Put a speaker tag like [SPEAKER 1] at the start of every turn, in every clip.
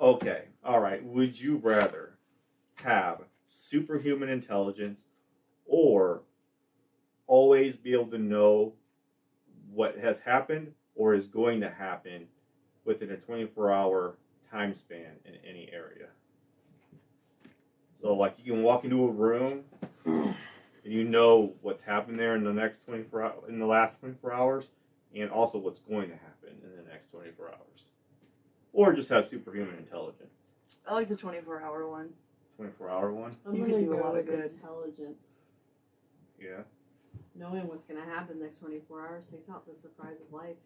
[SPEAKER 1] Okay, all right. Would you rather have superhuman intelligence or always be able to know what has happened or is going to happen within a 24 hour time span in any area? So, like, you can walk into a room and you know what's happened there in the next 24 hours, in the last 24 hours, and also what's going to happen in the next 24 hours. Or just have superhuman intelligence.
[SPEAKER 2] I like the 24 hour one.
[SPEAKER 1] 24 hour one?
[SPEAKER 3] I'm
[SPEAKER 2] You
[SPEAKER 3] gonna
[SPEAKER 2] can do a
[SPEAKER 3] go
[SPEAKER 2] lot of
[SPEAKER 3] with
[SPEAKER 2] good.
[SPEAKER 3] Intelligence.
[SPEAKER 1] Yeah.
[SPEAKER 3] Knowing what's gonna happen the next 24 hours takes out the surprise of life.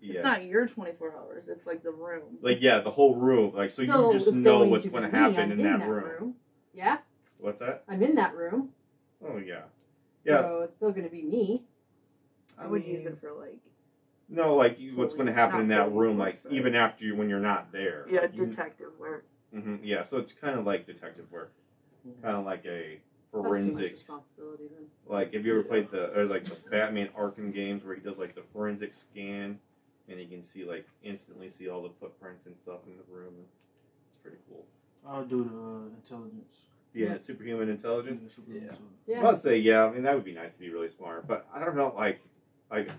[SPEAKER 1] Yeah.
[SPEAKER 2] It's not your 24 hours, it's like the room.
[SPEAKER 1] like yeah, the whole room. Like so,
[SPEAKER 3] Still,
[SPEAKER 1] you just
[SPEAKER 3] it's
[SPEAKER 1] know
[SPEAKER 3] going
[SPEAKER 1] what's
[SPEAKER 3] to
[SPEAKER 1] going to
[SPEAKER 3] be
[SPEAKER 1] happen in
[SPEAKER 3] in
[SPEAKER 1] that,
[SPEAKER 3] that
[SPEAKER 1] room.
[SPEAKER 3] Yeah,
[SPEAKER 1] What's that?
[SPEAKER 3] I'm in that room,
[SPEAKER 1] Oh yeah.
[SPEAKER 3] so
[SPEAKER 1] Yeah.
[SPEAKER 3] it's still gonna be me.
[SPEAKER 2] I would use
[SPEAKER 1] mean,
[SPEAKER 2] it for like,
[SPEAKER 1] No, like you, what's going to
[SPEAKER 2] Police,
[SPEAKER 1] happen
[SPEAKER 2] not
[SPEAKER 1] in that
[SPEAKER 2] police,
[SPEAKER 1] room? Like
[SPEAKER 2] let's say.
[SPEAKER 1] even after you, when you're not there.
[SPEAKER 2] yeah,
[SPEAKER 1] Like, you-
[SPEAKER 2] detective work.
[SPEAKER 1] Mhm, yeah. So it's kind of like detective work, kind of like a
[SPEAKER 3] That's too much
[SPEAKER 1] forensic.
[SPEAKER 3] responsibility then.
[SPEAKER 1] Like have you ever
[SPEAKER 4] Yeah.
[SPEAKER 1] played the or like the Batman Arkham games where he does like the forensic scan, and he can see like instantly see all the footprints and stuff in the room. It's pretty cool.
[SPEAKER 4] I'll do the uh, intelligence.
[SPEAKER 1] Yeah, superhuman intelligence.
[SPEAKER 4] Yeah.
[SPEAKER 3] Yeah.
[SPEAKER 1] I'd say yeah. I mean, that would be nice to be really smart, but I don't know, like, like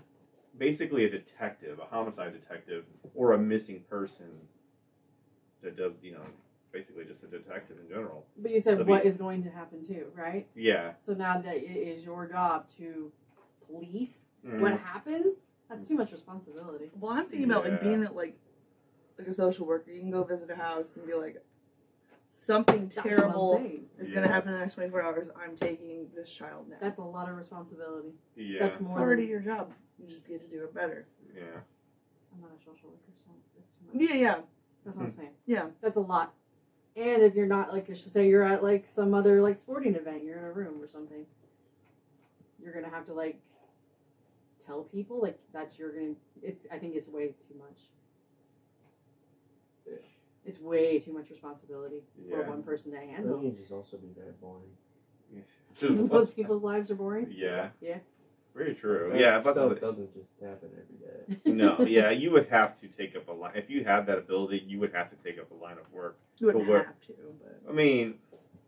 [SPEAKER 1] basically a detective, a homicide detective, or a missing person that does, you know, basically just a detective in general.
[SPEAKER 3] But you said
[SPEAKER 1] It'll
[SPEAKER 3] what
[SPEAKER 1] be-
[SPEAKER 3] is going to happen too, right?
[SPEAKER 1] Yeah.
[SPEAKER 3] So now that it is your job to police
[SPEAKER 1] Mm.
[SPEAKER 3] what happens, that's too much responsibility.
[SPEAKER 2] Well, I'm thinking about like
[SPEAKER 1] Yeah.
[SPEAKER 2] being at like like a social worker. You can go visit a house and be like, something
[SPEAKER 3] That's what I'm
[SPEAKER 2] terrible
[SPEAKER 3] saying.
[SPEAKER 2] is
[SPEAKER 1] Yeah.
[SPEAKER 2] going to happen in the next 24 hours. I'm taking this child now.
[SPEAKER 3] That's a lot of responsibility.
[SPEAKER 1] Yeah.
[SPEAKER 3] That's
[SPEAKER 2] it's
[SPEAKER 3] more.
[SPEAKER 2] already
[SPEAKER 3] Than,
[SPEAKER 2] your job. You just get to do it better.
[SPEAKER 1] yeah.
[SPEAKER 3] I'm not a social worker, so it's too much.
[SPEAKER 2] Yeah, yeah.
[SPEAKER 3] That's
[SPEAKER 1] Mm.
[SPEAKER 3] what I'm saying.
[SPEAKER 2] Yeah.
[SPEAKER 3] that's a lot. And if you're not like, just say you're at like some other like sporting event, you're in a room or something. You're gonna have to like tell people like that you're gonna. It's I think it's way too much.
[SPEAKER 4] Yeah.
[SPEAKER 3] It's way too much responsibility for
[SPEAKER 1] Yeah.
[SPEAKER 3] one person to handle.
[SPEAKER 4] Aliens is also be very boring.
[SPEAKER 1] Just-
[SPEAKER 3] Most people's lives are boring.
[SPEAKER 1] yeah.
[SPEAKER 3] Yeah.
[SPEAKER 1] Very true. Yeah.
[SPEAKER 4] but
[SPEAKER 1] But
[SPEAKER 4] stuff doesn't just happen every day.
[SPEAKER 1] no. Yeah. You would have to take up a line if you had that ability. You would have to take up a line of work.
[SPEAKER 2] You wouldn't
[SPEAKER 1] But where-
[SPEAKER 2] have to, but
[SPEAKER 1] I mean,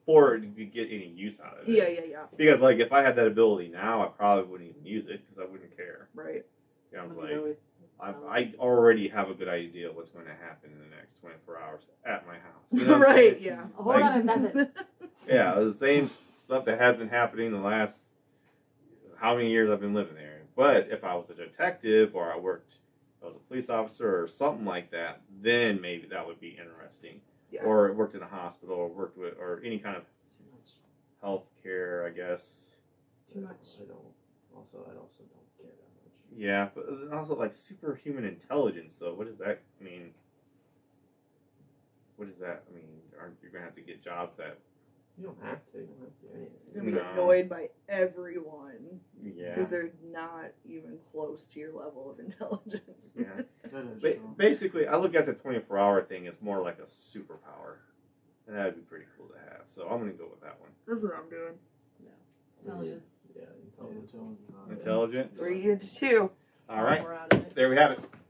[SPEAKER 1] for to get any use out of it.
[SPEAKER 2] yeah, yeah, yeah.
[SPEAKER 1] Because like if I had that ability now, I probably wouldn't even use it because I wouldn't care.
[SPEAKER 2] Right.
[SPEAKER 1] You know,
[SPEAKER 3] I'm
[SPEAKER 1] I'm
[SPEAKER 3] gonna go
[SPEAKER 1] like
[SPEAKER 3] with
[SPEAKER 1] I, I
[SPEAKER 3] um, balance.
[SPEAKER 1] already have a good idea what's going to happen in the next 24 hours at my house. You know what I'm
[SPEAKER 2] right.
[SPEAKER 1] saying?
[SPEAKER 2] Yeah.
[SPEAKER 3] a whole lot of nothing.
[SPEAKER 1] Yeah, the same stuff that has been happening the last how many years I've been living there. But if I was a detective or I worked, I was a police officer or something like that, then maybe that would be interesting.
[SPEAKER 2] Yeah.
[SPEAKER 1] Or worked in a hospital or worked with or any kind of
[SPEAKER 3] It's too much.
[SPEAKER 1] health care, I guess.
[SPEAKER 3] Too
[SPEAKER 4] So
[SPEAKER 3] much.
[SPEAKER 4] I don't. Also, I also don't care that much.
[SPEAKER 1] Yeah, but then also like superhuman intelligence though. What does that mean? What does that I mean? Aren't you gonna have to get jobs that?
[SPEAKER 4] You don't have to. You don't have to do anything.
[SPEAKER 2] You're gonna be
[SPEAKER 1] No.
[SPEAKER 2] annoyed by everyone
[SPEAKER 1] Yeah.
[SPEAKER 2] because they're not even close to your level of intelligence.
[SPEAKER 1] Yeah.
[SPEAKER 4] That is
[SPEAKER 1] Ba-
[SPEAKER 4] true.
[SPEAKER 1] basically, I look at the twenty-four hour thing as more like a superpower, and that'd be pretty cool to have. So I'm gonna go with that one.
[SPEAKER 2] That's what I'm doing.
[SPEAKER 3] Intelligence.
[SPEAKER 4] Yeah, intelligence.
[SPEAKER 1] Intelligence.
[SPEAKER 2] Three to two.
[SPEAKER 1] All right,
[SPEAKER 3] We're out of it.
[SPEAKER 1] there we have it.